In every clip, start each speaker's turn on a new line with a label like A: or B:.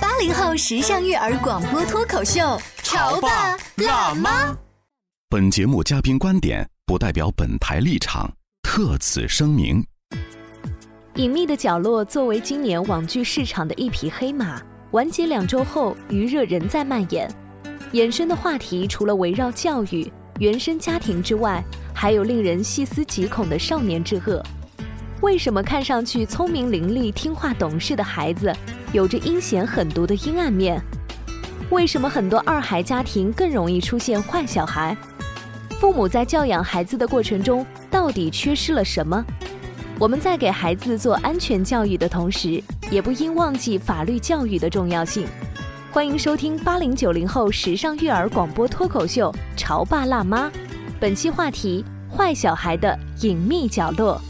A: 八零后时尚育儿广播脱口秀，潮爸辣妈。
B: 妈。
C: 本节目嘉宾观点不代表本台立场，特此声明。
D: 《隐秘的角落》作为今年网剧市场的一匹黑马，完结两周后余热仍在蔓延，衍生的话题除了围绕教育、原生家庭之外，还有令人细思极恐的少年之恶。为什么看上去聪明伶俐、听话懂事的孩子，有着阴险狠毒的阴暗面？为什么很多二孩家庭更容易出现坏小孩？父母在教养孩子的过程中，到底缺失了什么？我们在给孩子做安全教育的同时，也不应忘记法律教育的重要性。欢迎收听八零九零后时尚育儿广播脱口秀《潮爸辣妈》，本期话题：坏小孩的隐秘角落。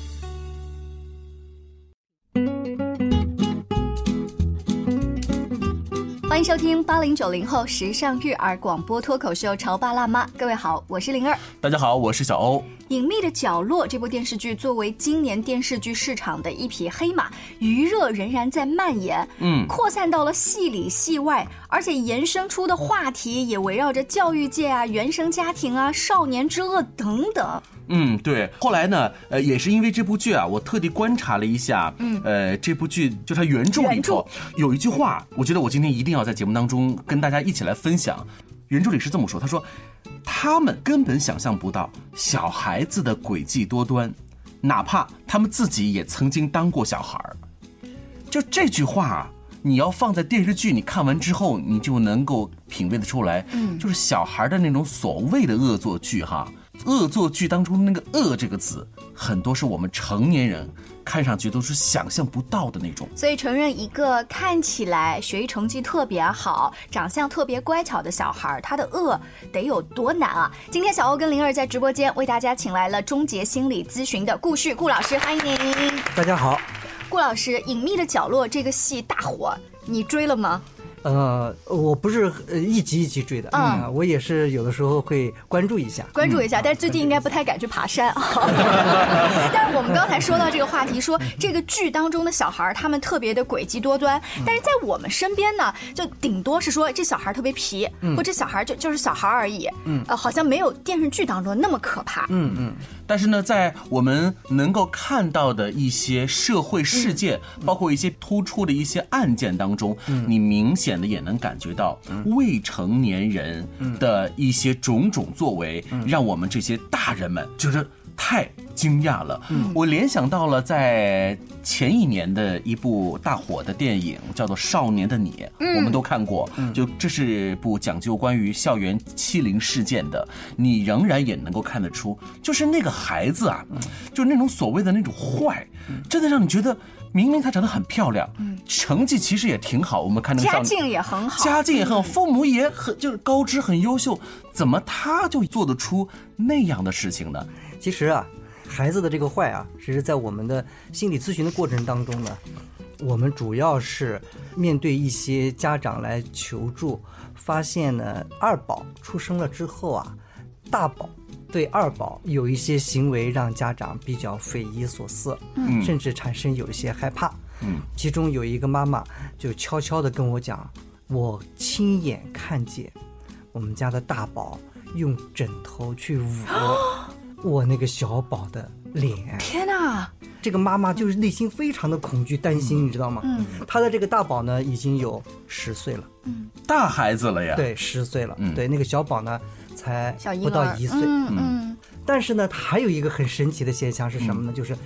A: 欢迎收听八零九零后时尚育儿广播脱口秀《潮爸辣妈》，各位好，我是灵儿。
B: 大家好，我是小欧。
A: 《隐秘的角落》这部电视剧作为今年电视剧市场的一匹黑马，余热仍然在蔓延，
B: 嗯
A: 扩散到了戏里戏外，而且延伸出的话题也围绕着教育界啊、原生家庭啊、少年之恶等等。
B: 嗯，对。后来呢，呃，也是因为这部剧啊，我特地观察了一下，
A: 嗯
B: 呃，这部剧就它原著里头有一句话，我觉得我今天一定要在节目当中跟大家一起来分享。原著里是这么说，他说，他们根本想象不到小孩子的诡计多端，哪怕他们自己也曾经当过小孩儿。就这句话啊，你要放在电视剧，你看完之后，你就能够品味得出来，嗯，就是小孩的那种所谓的恶作剧哈，恶作剧当中那个“恶”这个字，很多是我们成年人看上去都是想象不到的那种。
A: 所以，承认一个看起来学习成绩特别好、长相特别乖巧的小孩儿，他的恶得有多难啊！今天小欧跟灵儿在直播间为大家请来了终结心理咨询的顾旭顾老师，欢迎您。
E: 大家好，
A: 顾老师，《隐秘的角落》这个戏大火，你追了吗？
E: 呃，我不是呃一集一集追的，
A: 嗯
E: 呃我也是有的时候会关注一下。
A: 关注一
E: 嗯
A: 下，但是最近应该不太敢去爬山啊。 但是我们刚才说到这个话题，说这个剧当中的小孩儿他们特别的诡计多端，
E: 嗯
A: 但是在我们身边呢，就顶多是说这小孩儿特别皮，
E: 嗯
A: 或这小孩儿就就是小孩儿而已，呃，好像没有电视剧当中那么可怕。
E: 嗯嗯，
B: 但是呢，在我们能够看到的一些社会事件，包括一些突出的一些案件当中，你明显的也能感觉到未成年人的一些种种作为，让我们这些大人们觉得太惊讶了。
A: 嗯
B: 我联想到了在前一年的一部大火的电影，叫做《少年的你》，
A: 嗯
B: 我们都看过。就这是部讲究关于校园欺凌事件的，你仍然也能够看得出，就是那个孩子啊，
A: 嗯
B: 就那种所谓的那种坏，真的让你觉得。明明她长得很漂亮，成绩其实也挺好。我们看那
A: 嗯
B: 个
A: 家
B: 少年
A: 境也很好，嗯
B: 家境也很好，父母也很就是高知很优秀，怎么他就做得出那样的事情呢？
E: 其实啊，孩子的这个坏啊，其实在我们的心理咨询的过程当中呢，我们主要是面对一些家长来求助，发现呢二宝出生了之后啊，大宝。对二宝有一些行为让家长比较匪夷所思，
B: 嗯
E: 甚至产生有一些害怕。
B: 嗯，
E: 其中有一个妈妈就悄悄地跟我讲，我亲眼看见我们家的大宝用枕头 去捂我那个小宝的脸。
A: 天哪！
E: 这个妈妈就是内心非常的恐惧、担心，你知道吗？
A: 嗯，
E: 她的这个大宝呢已经有十岁了，
B: 大
A: 嗯
B: 孩子了呀，
E: 对，十岁了，
B: 嗯
E: 对，那个小宝呢才
A: 小婴儿
E: 不到一岁，
A: 嗯嗯，
E: 但是呢，还有一个很神奇的现象是什
A: 嗯
E: 么呢？就是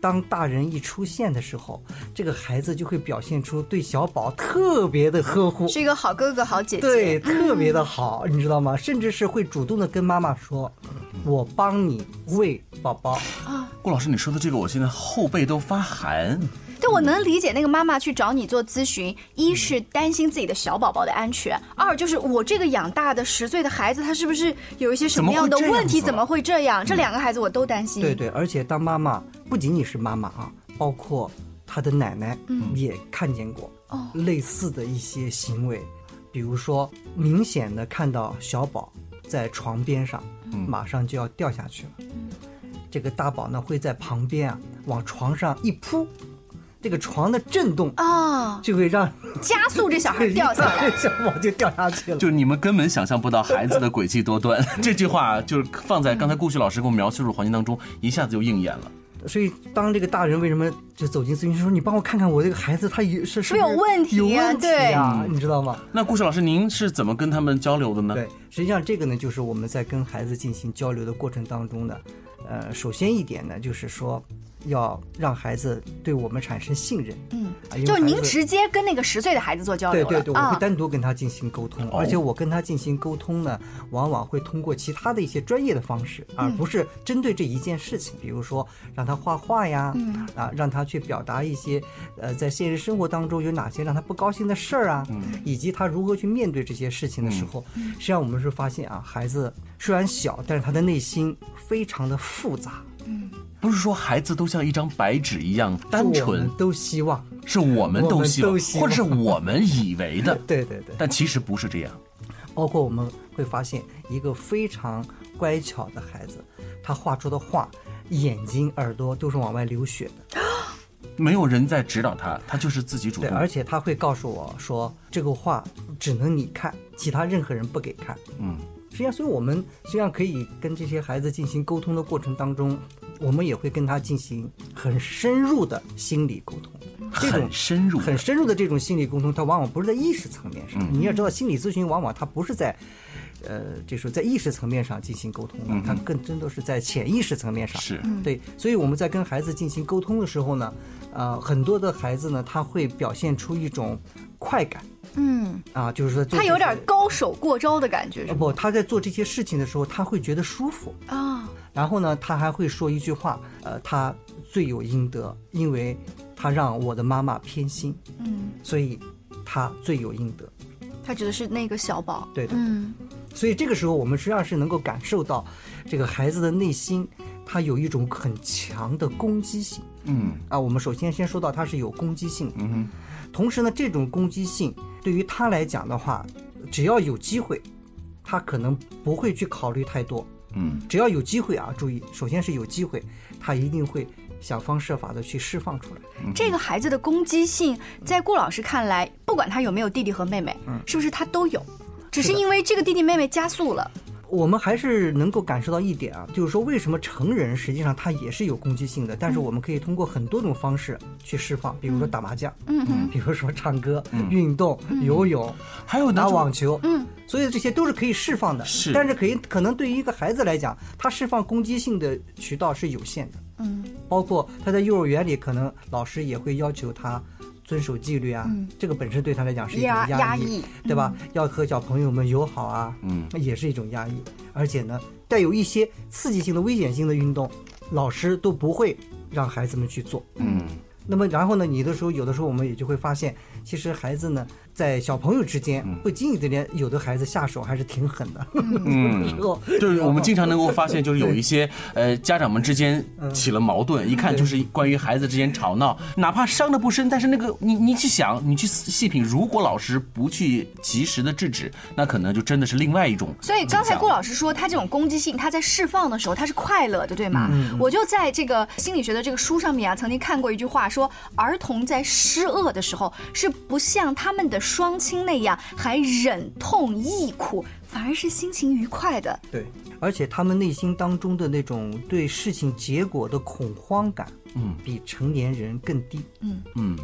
E: 当大人一出现的时候，这个孩子就会表现出对小宝特别的呵护，
A: 是一个好哥哥、好姐姐。
E: 对，特别的好，你知道吗？甚至是会主动的跟妈妈说：“
A: 嗯
E: 我帮你喂宝宝。
B: 顾老师，你说的这个，我现在后背都发寒。
A: 对，
E: 嗯
A: 我能理解那个妈妈去找你做咨询，一是担心自己的小宝宝的安全，二就是我这个养大的十岁的孩子，他是不是有一些什么样的
B: 怎么会这样
A: 问题？
B: 子
A: 怎么会这样？这两个孩子我都担”心。
E: 嗯对对，而且当妈妈不仅仅是妈妈啊，包括她的奶奶
A: 嗯
E: 也看见过
A: 哦
E: 类似的一些行为，比如说明显的看到小宝在床边上，
A: 嗯
E: 马上就要掉下去了，这个大宝呢会在旁边啊往床上一扑，这个床的震动
A: 啊、
E: 就 会让
A: 加速这小孩掉下来。
E: 小宝就掉下去了。
B: 就是你们根本想象不到孩子的诡计多端。 这句话就是放在刚才顾旭老师给我们描述的环境当中，一下子就应验了。
E: 所以，当这个大人为什么就走进咨询室说：“你帮我看看我这个孩子，他有是是不
A: 有
E: 是
A: 问题
E: 有
A: 啊
E: 问题
A: 对
E: 啊？你知道吗？
B: 那顾旭老师，您是怎么跟他们交流的呢？
E: 对，实际上这个呢，就是我们在跟孩子进行交流的过程当中呢，呃，首先一点呢，就是说要让孩子对我们产生信任。嗯，
A: 就您直接跟那个十岁的孩子做交流
E: 对
A: 了
E: 对对，我
A: 啊
E: 会单独跟他进行沟通，而且我跟他进行沟通呢，往往会通过其他的一些专业的方式，而不是针对这一件事情，比如说让他画画呀，啊，让他去表达一些，呃，在现实生活当中有哪些让他不高兴的事儿啊，以及他如何去面对这些事情的时候，实际上我们是发现啊，孩子虽然小，但是他的内心非常的复杂，
B: 不是说孩子都像一张白纸一样单
E: 我们
B: 纯，
E: 都希望，
B: 是我们都希望
E: 我们都，希望
B: 或者是我们以为的，
E: 对对对。
B: 但其实不是这样。
E: 包括我们会发现，一个非常乖巧的孩子，他画出的画，眼睛、耳朵都是往外流血的。
B: 没有人在指导他，他就是自己主
E: 对，
B: 动。
E: 而且他会告诉我说，这个画只能你看，其他任何人不给看。
B: 嗯，
E: 实际上，所以我们实际上可以跟这些孩子进行沟通的过程当中，我们也会跟他进行很深入的心理沟通。这种
B: 很深入，嗯
E: 很深入的这种心理沟通，它往往不是在意识层面上。你也知道，心理咨询往往它不是在，呃，就是在意识层面上进行沟通
B: 嗯
E: 的，它更真的是在潜意识层面上。
B: 是
A: 嗯
E: 对，所以我们在跟孩子进行沟通的时候呢，呃，很多的孩子呢，他会表现出一种快感
A: 嗯，
E: 啊，就是说做
A: 他有
E: 这些
A: 点高手过招的感觉是
E: 呃
A: 吧
E: 不，他在做这些事情的时候，他会觉得舒服。
A: 啊、
E: 然后呢，他还会说一句话，呃，他罪有应得，因为他让我的妈妈偏心，
A: 嗯，
E: 所以他罪有应得。
A: 他指的是那个小宝。
E: 对的，
A: 嗯，
E: 所以这个时候我们实际上是能够感受到这个孩子的内心，他有一种很强的攻击性
B: 嗯，
E: 啊。我们首先先说到他是有攻击性的，嗯，同时呢，这种攻击性对于他来讲的话，只要有机会，他可能不会去考虑太多，
B: 嗯，
E: 只要有机会啊，注意，首先是有机会，他一定会想方设法的去释放出来。
A: 这个孩子的攻击性，在顾老师看来，不管他有没有弟弟和妹妹，是不是他都有？只是
E: 嗯是的
A: 因为这个弟弟妹妹加速了，
E: 我们还是能够感受到一点啊，就是说为什么成人实际上他也是有攻击性的，但是我们可以通过很多种方式去释放，比如说打麻将，
A: 嗯嗯嗯，
E: 比如说唱歌、运动、游泳、
B: 还有
E: 打
B: 呢，
E: 网球，嗯，所以这些都是可以释放的。
B: 是
E: 但是可以可能对于一个孩子来讲，他释放攻击性的渠道是有限的，嗯，包括他在幼儿园里，可能老师也会要求他。遵守纪律啊，这个本身对他来讲是一
A: 嗯
E: 种
A: 压
E: 压
A: 压抑
E: 对吧？要和小朋友们友好啊，嗯，也是一种压抑。而且呢，带有一些刺激性的、危险性的运动，老师都不会让孩子们去做。
B: 嗯，
E: 那么然后呢，你的时候有的时候我们也就会发现，其实孩子呢，在小朋友之间
B: 嗯
E: 不经意之间，有的孩子下手还是挺狠的。
B: 嗯
E: 有的时候
B: 就是我们经常能够发现，就是有一些呃家长们之间起了矛盾，一看就是关于孩子之间吵闹，哪怕伤的不深，但是那个你你去想，你去细品，如果老师不去及时的制止，那可能就真的是另外一种。
A: 所以刚才
B: 嗯
A: 顾老师说，他这种攻击性，他在释放的时候，他是快乐的，对吗？我就在这个心理学的这个书上面啊，曾经看过一句话说，儿童在施恶的时候，是不像他们的双亲那样还忍痛忆苦，反而是心情愉快的。
E: 对，而且他们内心当中的那种对事情结果的恐慌感，
B: 嗯
E: 比成年人更低。
B: 嗯，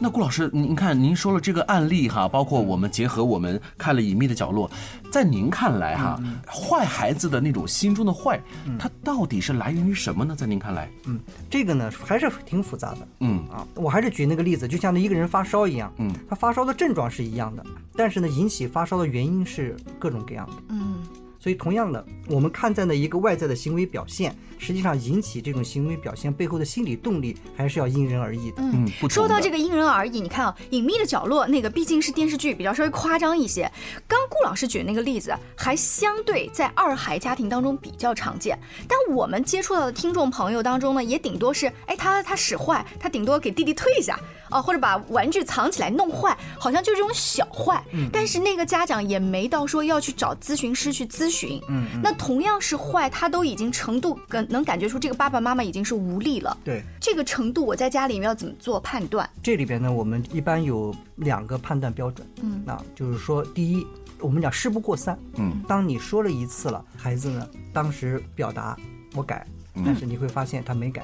B: 那顾老师，您您看，您说了这个案例哈，包括我们结合我们看了《隐秘的角落》，在您看来哈，坏孩子的那种心中的坏，它到底是来源于什么呢？在您看来，
E: 嗯，这个呢还是挺复杂的。
B: 嗯
E: 啊，我还是举那个例子，就像那一个人发烧一样，
B: 嗯，
E: 他发烧的症状是一样的，但是呢，引起发烧的原因是各种各样的。
A: 嗯
E: 所以，同样的，我们看在的一个外在的行为表现，实际上引起这种行为表现背后的心理动力，还是要因人而异的。
B: 嗯，不
A: 说到这个
B: 个，
A: 因人而异，你看啊，《隐秘的角落》那个毕竟是电视剧，比较稍微夸张一些。刚顾老师举那个例子，还相对在二孩家庭当中比较常见，但我们接触到的听众朋友当中呢，也顶多是，哎，他他使坏，他顶多给弟弟推一下，哦、或者把玩具藏起来弄坏，好像就这种小坏。但是那个家长也没到说要去找咨询师去咨询。嗯，那同样是坏，他都已经程度跟能感觉出这个爸爸妈妈已经是无力了。
E: 对，
A: 这个程度，我在家里面要怎么做判断？
E: 这里边呢，我们一般有两个判断标准。
A: 嗯
E: 那就是说，第一，我们讲事不过三。
B: 嗯，
E: 当你说了一次了，孩子呢，当时表达我改，
B: 嗯
E: 但是你会发现他没改，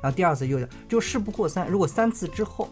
E: 然后第二次又就事不过三，如果三次之后，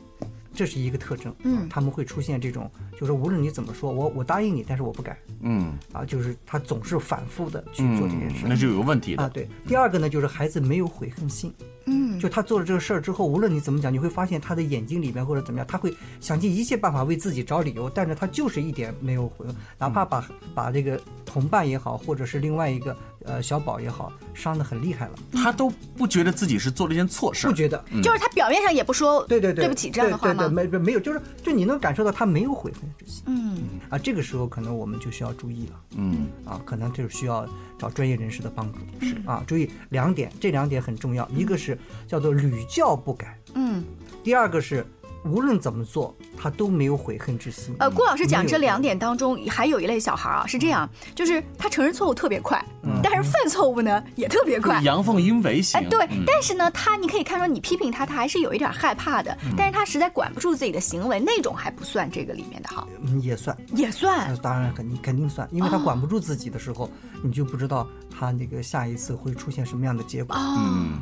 E: 这是一个特征，啊
A: 嗯
E: 他们会出现这种，就是无论你怎么说，我我答应你，但是我不改
B: 嗯，
E: 啊，就是他总是反复的去
B: 嗯
E: 做这件事、
B: 那是有问题
E: 啊。
B: 的，
E: 对，第二个呢，就是孩子没有悔恨心，
A: 嗯
E: 就他做了这个事儿之后，无论你怎么讲，你会发现他的眼睛里面或者怎么样，他会想尽一切办法为自己找理由，但是他就是一点没有悔恨，哪怕把把这个同伴也好，或者是另外一个呃小宝也好，伤得很厉害了，
B: 他都不觉得自己是做了一件错事
E: 不，觉得。
A: 就是他表面上也不说
E: 对对
A: 对不起这样的话
E: 对对
A: 吗？
E: 对没没没有，就是就你能感受到他没有悔恨之心
A: 嗯，
E: 啊，这个时候可能我们就需要注意了
B: 嗯
E: 啊，可能就是需要找专业人士的帮助，是啊，注意两点，这两点很重要，一个是叫做屡教不改，
A: 嗯，
E: 第二个是无论怎么做，他都没有悔恨之心。
A: 呃，顾老师讲这两
E: 点，
A: 点当中，还有一类小孩啊是这样，就是他承认错误特别快，但是犯错误呢也特别快。
B: 阳奉阴违
A: 哎
B: 型，，
A: 对，
B: 嗯
A: 但是呢，他你可以看出你批评他，他还是有一点害怕的，但是他实在管不住自己的行为，那种还不算这个里面的哈，
E: 嗯，也算，
A: 也算
E: 那。当然肯定肯定算，因为
A: 哦
E: 他管不住自己的时候，你就不知道他那个下一次会出现什么样的结果。
B: 嗯，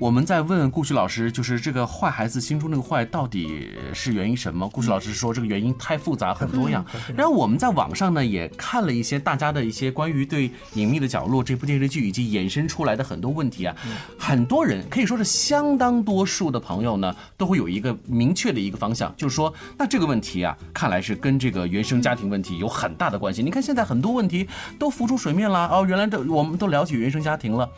B: 我们在问顾旭老师，就是这个坏孩子心中那个坏到底是源于什么？顾旭老师说这个原因太复杂，嗯很多样。然后我们在网上呢也看了一些大家的一些关于对《隐秘的角落》这部电视剧以及衍生出来的很多问题啊，很多人可以说是相当多数的朋友呢都会有一个明确的一个方向，就是说那这个问题啊，看来是跟这个原生家庭问题有很大的关系。你看现在很多问题都浮出水面了，哦，原来都我们都了解原生家庭了。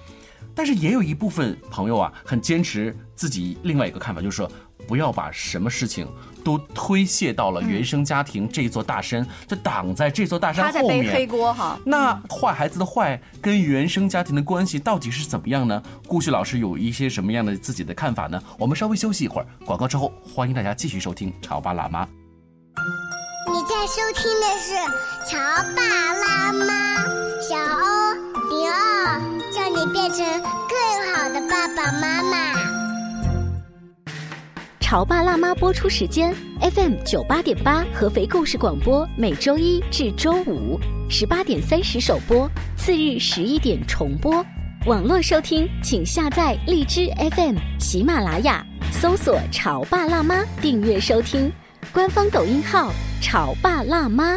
B: 但是也有一部分朋友啊，很坚持自己另外一个看法，就是说不要把什么事情都推卸到了原生家庭这座大山，就挡在这座大
A: 嗯他
B: 山
A: 在
B: 后
A: 背黑
B: 面。
A: 锅哈，
B: 那坏孩子的坏跟原生家庭的关系到底是怎么样呢？顾旭老师有一些什么样的自己的看法呢？我们稍微休息一会儿，广告之后欢迎大家继续收听《潮爸辣妈》。
F: 你在收听的是《潮爸辣妈》，小欧零二，叫你变成更好的爸爸妈妈。
G: 《潮爸辣妈》播出时间：FM 九八点八，合肥故事广播，每周一至周五十八点三十首播，次日十一点重播。网络收听，请下载荔枝 FM、喜马拉雅，搜索“潮爸辣妈”，订阅收听。官方抖音号“潮爸辣妈”。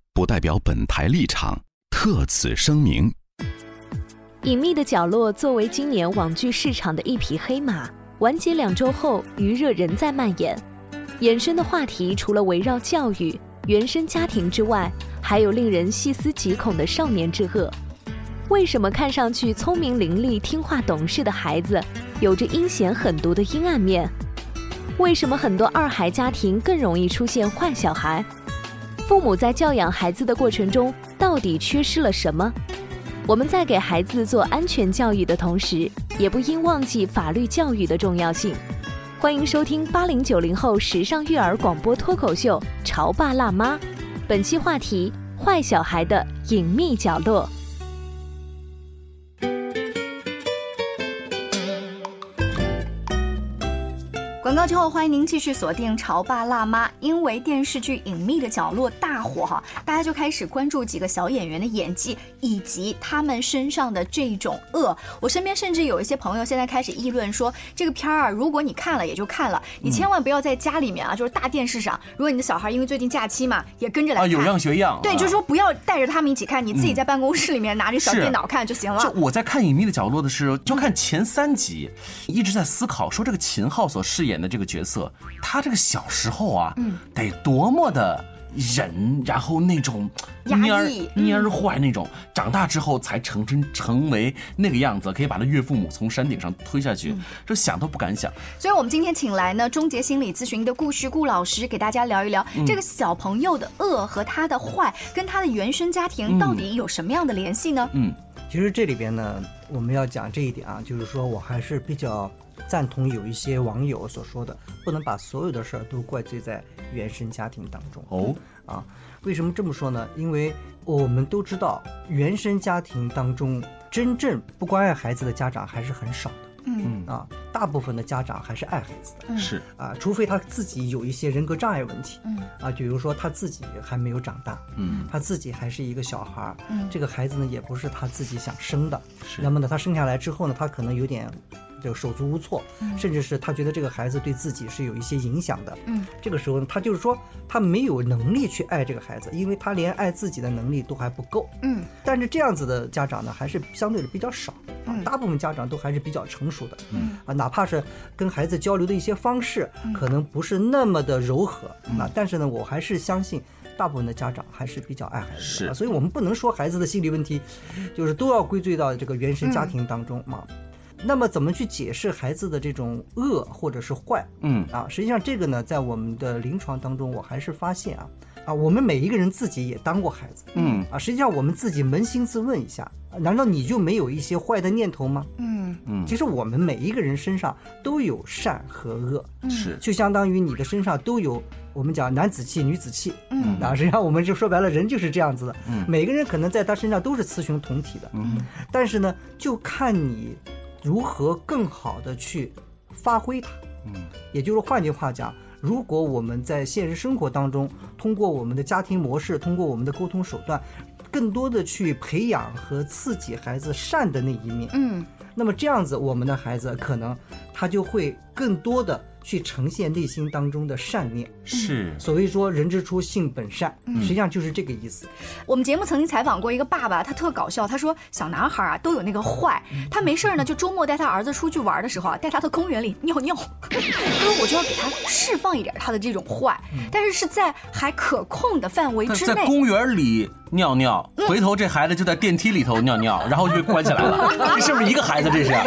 C: 不代表本台立场，特此声明。
D: 《隐秘的角落》作为今年网剧市场的一匹黑马，完结两周后余热仍在蔓延，衍生的话题除了围绕教育、原生家庭之外，还有令人细思极恐的少年之恶。为什么看上去聪明伶俐、听话懂事的孩子，有着阴险狠毒的阴暗面？为什么很多二孩家庭更容易出现坏小孩？父母在教养孩子的过程中，到底缺失了什么？我们在给孩子做安全教育的同时，也不应忘记法律教育的重要性。欢迎收听八零九零后时尚育儿广播脱口秀《潮爸辣妈》，本期话题：坏小孩的隐秘角落。
A: 广告之后，欢迎您继续锁定《潮爸辣妈》。因为电视剧《隐秘的角落》大火哈，大家就开始关注几个小演员的演技以及他们身上的这种恶。我身边甚至有一些朋友现在开始议论说，这个片儿啊，如果你看了也就看了，你
B: 嗯
A: 千万不要在家里面啊，就是大电视上。如果你的小孩因为最近假期嘛，也跟着来
B: 啊，
A: 看
B: 有样学样。
A: 对，
B: 啊
A: 就是说不要带着他们一起看，你自己在办公室里面拿着小
B: 是啊
A: 电脑看就行了。
B: 就我在看《隐秘的角落》的时候，就看前三集，一直在思考说这个秦昊所饰演的这个角色，他这个小时候啊，
A: 嗯
B: 得多么的忍，然后那种
A: 压抑
B: 蔫儿
A: 嗯
B: 蔫儿坏那种，长大之后才成真成为那个样子，可以把他岳父母从山顶上推下
A: 嗯
B: 去，这想都不敢想。
A: 所以，我们今天请来呢，终结心理咨询的顾旭顾老师，给大家聊一聊、
B: 嗯
A: 这个小朋友的恶和他的坏，跟他的原生家庭
E: 嗯
A: 到底有什么样的联系呢？
B: 嗯，
E: 其实这里边呢，我们要讲这一点啊，就是说我还是比较赞同有一些网友所说的，不能把所有的事儿都怪罪在原生家庭当中。
B: 哦，
E: 啊，为什么这么说呢？因为我们都知道，原生家庭当中真正不关爱孩子的家长还是很少的。
B: 嗯
E: 啊，大部分的家长还是爱孩子的。
B: 嗯是
E: 啊，除非他自己有一些人格障碍问题。
A: 嗯
E: 啊，比如说他自己还没有长大，
B: 嗯
E: 他自己还是一个小孩儿，
A: 嗯
E: 这个孩子呢也不是他自己想生的，
B: 是
E: 那么呢，他生下来之后呢，他可能有点就手足无措，甚至是他觉得这个孩子对自己是有一些影响的，
A: 嗯，
E: 这个时候呢，他就是说他没有能力去爱这个孩子，因为他连爱自己的能力都还不够，
A: 嗯，
E: 但是这样子的家长呢，还是相对的比较少，啊，
A: 嗯
E: 大部分家长都还是比较成熟的，
B: 嗯，
E: 啊，哪怕是跟孩子交流的一些方式
A: 嗯，
E: 可能不是那么的柔和，啊，
B: 嗯
E: 但是呢，我还是相信。大部分的家长还是比较爱孩子的，
B: 是
E: 啊所以我们不能说孩子的心理问题，就是都要归罪到这个原生家庭当中
B: 嗯
E: 嘛。那么怎么去解释孩子的这种恶或者是坏？
B: 嗯
E: 啊，实际上这个呢，在我们的临床当中，我还是发现啊，啊，我们每一个人自己也当过孩子，
B: 嗯
E: 啊，实际上我们自己扪心自问一下，啊难道你就没有一些坏的念头吗？
A: 嗯
B: 嗯
E: 其实我们每一个人身上都有善和恶，
A: 嗯
B: 是
E: 就相当于你的身上都有我们讲男子气、女子气，
A: 嗯
E: 啊，实际上我们就说白了，人就是这样子的，
B: 嗯
E: 每个人可能在他身上都是雌雄同体的，
B: 嗯
E: 但是呢，就看你如何更好的去发挥它。
B: 嗯
E: 也就是换句话讲，如果我们在现实生活当中，通过我们的家庭模式，通过我们的沟通手段，更多的去培养和刺激孩子善的那一面，
A: 嗯
E: 那么这样子，我们的孩子可能他就会更多的去呈现内心当中的善念。
B: 是
E: 所谓说“人之初，性本善”，实际上就是这个意思。
A: 我们节目曾经采访过一个爸爸，他特搞笑，他说小男孩啊都有那个坏，
B: 嗯
A: 他没事儿呢就周末带他儿子出去玩的时候啊，带他到公园里尿 尿，他说我就要给他释放一点他的这种坏，但是是在还可控的范围
B: 但
A: 之
B: 嗯在
A: 内。
B: 公园里尿尿，回头这孩子就在电梯里头尿尿，然后就被关起来 了。这是不是一个孩子？这是啊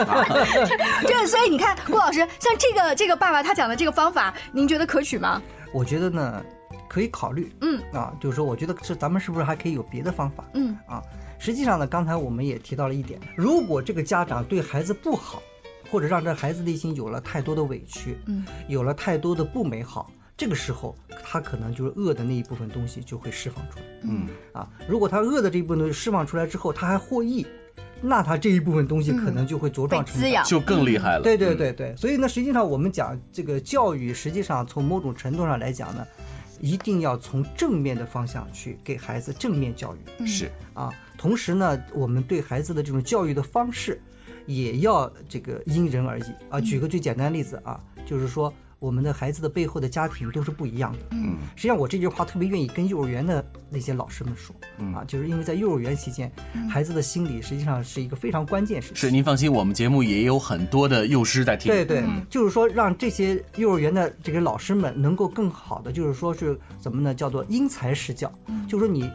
A: 对，所以你看顾老师，像这个这个爸爸他讲的这个方法，您觉得可取吗？
E: 我觉得呢，可以考虑。
A: 嗯
E: 啊，就是说，我觉得是咱们是不是还可以有别的方法？
A: 嗯
E: 啊，实际上呢，刚才我们也提到了一点，如果这个家长对孩子不好，或者让这孩子内心有了太多的委屈，
A: 嗯，
E: 有了太多的不美好，这个时候他可能就是恶的那一部分东西就会释放出来。
B: 嗯
E: 啊，如果他恶的这一部分东西释放出来之后，他还获益，那他这一部分东西可能就会茁
A: 嗯被
E: 壮成
A: 滋
E: 长。
A: 养。
B: 就更厉害了。
E: 对对
B: 嗯
E: 对对，所以呢，实际上我们讲这个教育，实际上从某种程度上来讲呢，一定要从正面的方向去给孩子正面教育
B: 嗯是
E: 啊。同时呢，我们对孩子的这种教育的方式，也要这个因人而异啊。
B: 嗯
E: 举个最简单的例子啊，就是说我们的孩子的背后的家庭都是不一样的。
B: 嗯
E: 实际上，我这句话特别愿意跟幼儿园的那些老师们说
B: 嗯
E: 啊，就是因为在幼儿园期间，孩子的心理实际上是一个非常关键事情。
B: 是，您放心，我们节目也有很多的幼师在听。
E: 对对，就是说让这些幼儿园的这个老师们能够更好的，就是说是怎么呢？叫做因材施教，就是说你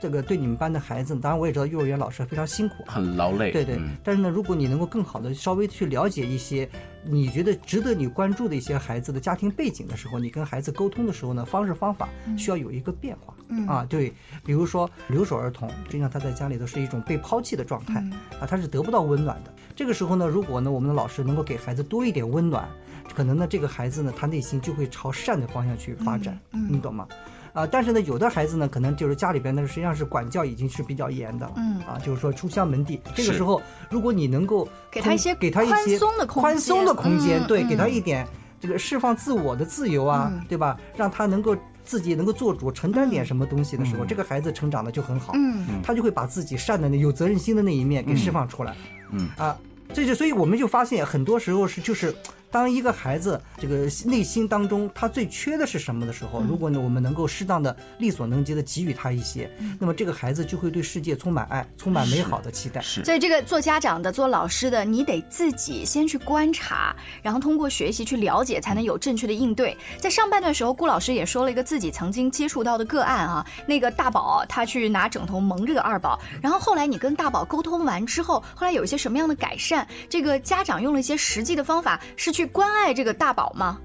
E: 这个对你们班的孩子，当然我也知道幼儿园老师非常辛苦啊。
B: 很劳累。
E: 对对
B: 嗯，
E: 但是呢，如果你能够更好的稍微去了解一些你觉得值得你关注的一些孩子的家庭背景的时候，你跟孩子沟通的时候呢，方式方法需要有一个变化。
A: 嗯
E: 啊，对，比如说留守儿童，实际上他在家里头是一种被抛弃的状态、啊，他是得不到温暖的。这个时候呢，如果呢我们的老师能够给孩子多一点温暖，可能呢这个孩子呢他内心就会朝善的方向去发展，
H: 嗯嗯
E: 你懂吗？啊、但是呢，有的孩子呢，可能就是家里边呢，实际上是管教已经是比较严的了，
H: 嗯
E: 啊，就是说出乡门第，这个
H: 是
E: 时候，如果你能够
A: 给他
E: 通
A: 一些
E: 给他一
A: 宽
E: 些
A: 松的空
E: 宽松的
A: 间
E: 空间，
A: 嗯
E: 对，给他
A: 嗯
E: 一点这个释放自我的自由啊，对吧？让他能够自己能够做主，承担
A: 嗯
E: 点什么东西的时候，这个孩子成长的就很好，
H: 嗯嗯
E: 他就会把自己善的那有责任心的那一面给释放出来，
B: 嗯
E: 啊，这就所以我们就发现，很多时候是就是，当一个孩子这个内心当中他最缺的是什么的时候，
H: 嗯
E: 如果呢我们能够适当的力所能及的给予他一些，那么这个孩子就会对世界充满爱，充满美好的期待。
B: 是
A: 所以这个做家长的、做老师的，你得自己先去观察，然后通过学习去了解，才能有正确的应对。在上半段时候，顾老师也说了一个自己曾经接触到的个案啊，那个大宝他去拿枕头蒙这个二宝，然后后来你跟大宝沟通完之后，后来有一些什么样的改善？这个家长用了一些实际的方法，是去关爱这个大宝吗？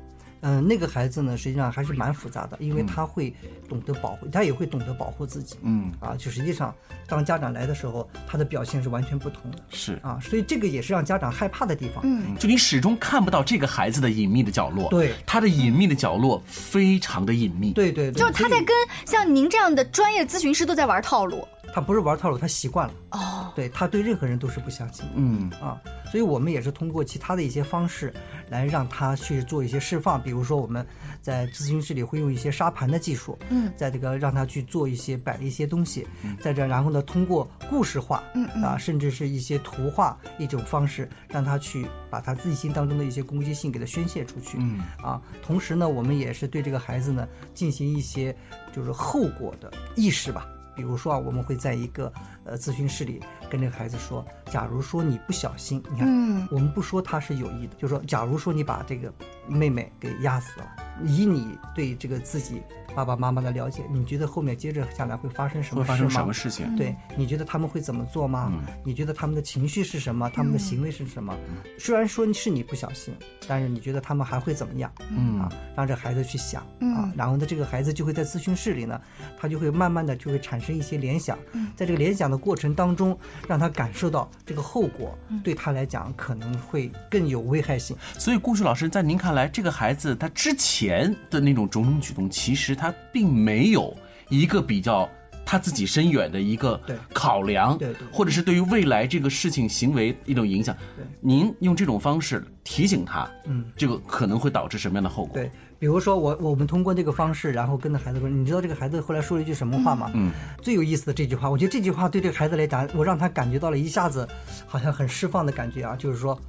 E: 嗯、那个孩子呢，实际上还是蛮复杂的，因为他会懂得保护，他也会懂得保护自己。
B: 嗯
E: 啊，就实际上当家长来的时候，他的表现是完全不同的。
B: 是
E: 啊，所以这个也是让家长害怕的地方。
A: 嗯，
B: 就你始终看不到这个孩子的隐秘的角落，
E: 对，
B: 他的隐秘的角落非常的隐秘，
E: 对对
A: 就是他在跟像您这样的专业咨询师都在玩套路
E: 他不是玩套路，他习惯了。
A: 哦，
E: 对他对任何人都是不相信的。
B: 嗯
E: 啊，所以我们也是通过其他的一些方式来让他去做一些释放，比如说我们在咨询室里会用一些沙盘的技术，
H: 嗯
E: 在这个让他去做一些摆一些东西，
B: 嗯
E: 在这然后呢通过故事化，
H: 嗯嗯
E: 啊，甚至是一些图画一种方式，让他去把他自己心当中的一些攻击性给他宣泄出去，
B: 嗯
E: 啊，同时呢，我们也是对这个孩子呢进行一些就是后果的意识吧。比如说啊，我们会在一个呃咨询室里跟这个孩子说，假如说你不小心，你看，
H: 嗯
E: 我们不说他是有意的，就说假如说你把这个妹妹给压死了，以你对这个自己爸爸妈妈的了解，你觉得后面接着下来会发生什么
B: 会
E: 事
B: 发生
E: 吗？
B: 什么事情嗯
E: 对，你觉得他们会怎么做吗？你觉得他们的情绪
B: 嗯
E: 是什么？他们的行为是什么？虽然说是你不小心，但是你觉得他们还会怎么样？
B: 嗯
E: 啊，让这孩子去想、啊
H: 嗯，
E: 然后呢，这个孩子就会在咨询室里呢，他就会慢慢的就会产生一些联想，在这个联想的过程当中，让他感受到这个后果对他来讲可能会更有危害性。
B: 所以，顾树老师，在您看来，这个孩子他之前的那种种种举动，其实他并没有一个比较他自己深远的一个考量，
E: 对对
B: 或者是对于未来这个事情行为一种影响。您用这种方式提醒他，
E: 嗯，
B: 这个可能会导致什么样的后果？
E: 对，比如说我我们通过这个方式，然后跟着孩子说，你知道这个孩子后来说了一句什么话吗？
B: 嗯，
E: 最有意思的这句话，我觉得这句话对这个孩子来讲，我让他感觉到了一下子好像很释放的感觉啊，就是说，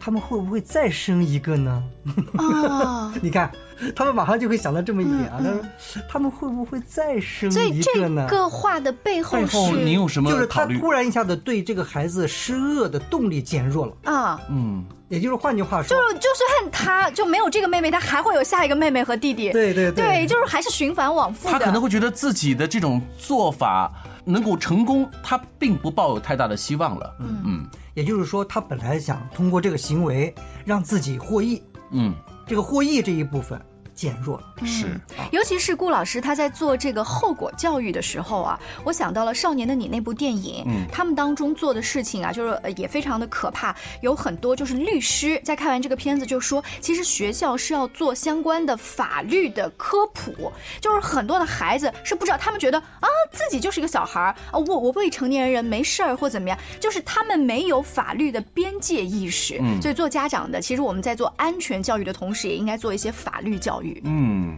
E: 他们会不会再生一个呢？
A: 啊。
E: 你看，他们马上就会想到这么一点啊，他说他们会不会再生
A: 所以
E: 一
A: 嗯这
E: 呢？
A: 个话的背后是
E: 就是他突然一下子对这个孩子施恶的动力减弱了，
A: 啊，
B: 嗯，
E: 也就是换句话说，
A: 就是就算他就没有这个妹妹，他还会有下一个妹妹和弟弟。
E: 对对
A: 对，
E: 对
A: 就是还是循环往复的。
B: 他可能会觉得自己的这种做法能够成功，他并不抱有太大的希望了。
E: 嗯
B: 嗯
E: 也就是说，他本来想通过这个行为让自己获益，
B: 嗯，
E: 这个获益这一部分减弱了，
B: 是
A: 尤其是顾老师他在做这个后果教育的时候啊，我想到了《少年的你》那部电影，
H: 嗯
A: 他们当中做的事情啊，就是呃也非常的可怕，有很多就是律师在看完这个片子就说，其实学校是要做相关的法律的科普，就是很多的孩子是不知道，他们觉得啊自己就是一个小孩儿啊，我我未成年人没事儿或怎么样，就是他们没有法律的边界意识，
B: 嗯
A: 所以做家长的，其实我们在做安全教育的同时，也应该做一些法律教育。
B: 嗯，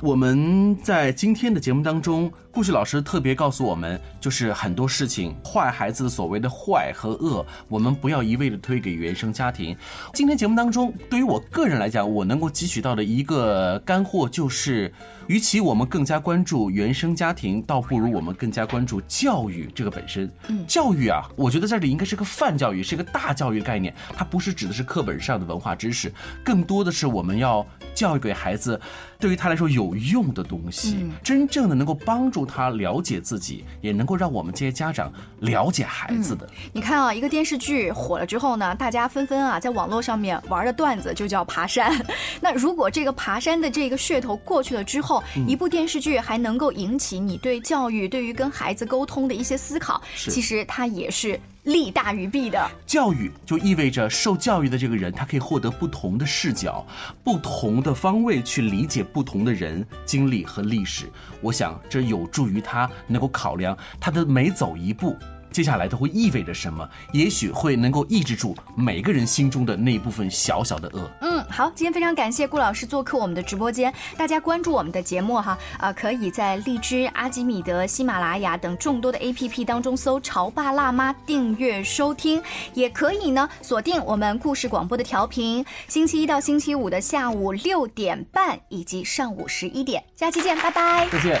B: 我们在今天的节目当中，顾旭老师特别告诉我们，就是很多事情，坏孩子的所谓的坏和恶，我们不要一味的推给原生家庭。今天节目当中，对于我个人来讲，我能够汲取到的一个干货就是，与其我们更加关注原生家庭，倒不如我们更加关注教育这个本身。
H: 嗯
B: 教育啊，我觉得在这里应该是个泛教育，是一个大教育概念，它不是指的是课本上的文化知识，更多的是我们要教育给孩子，对于他来说有用的东西，
H: 嗯
B: 真正的能够帮助他了解自己，也能够让我们这些家长了解孩子的。
A: 你看啊，一个电视剧火了之后呢，大家纷纷啊在网络上面玩的段子就叫爬山。 那如果这个爬山的这个噱头过去了之后，
H: 嗯
A: 一部电视剧还能够引起你对教育、对于跟孩子沟通的一些思考，
H: 是
A: 其实它也是利大于弊的。
B: 教育就意味着受教育的这个人，他可以获得不同的视角、不同的方位去理解不同的人、经历和历史。我想，这有助于他能够考量他的每走一步，接下来它会意味着什么，也许会能够抑制住每个人心中的那一部分小小的恶。
A: 嗯，好，今天非常感谢顾老师做客我们的直播间，大家关注我们的节目哈，啊、可以在荔枝、阿基米德、喜马拉雅等众多的 APP 当中搜“潮爸辣妈”订阅收听，也可以呢锁定我们故事广播的调频，星期一到星期五的下午六点半以及上午十一点，下期见，拜拜，
B: 再见。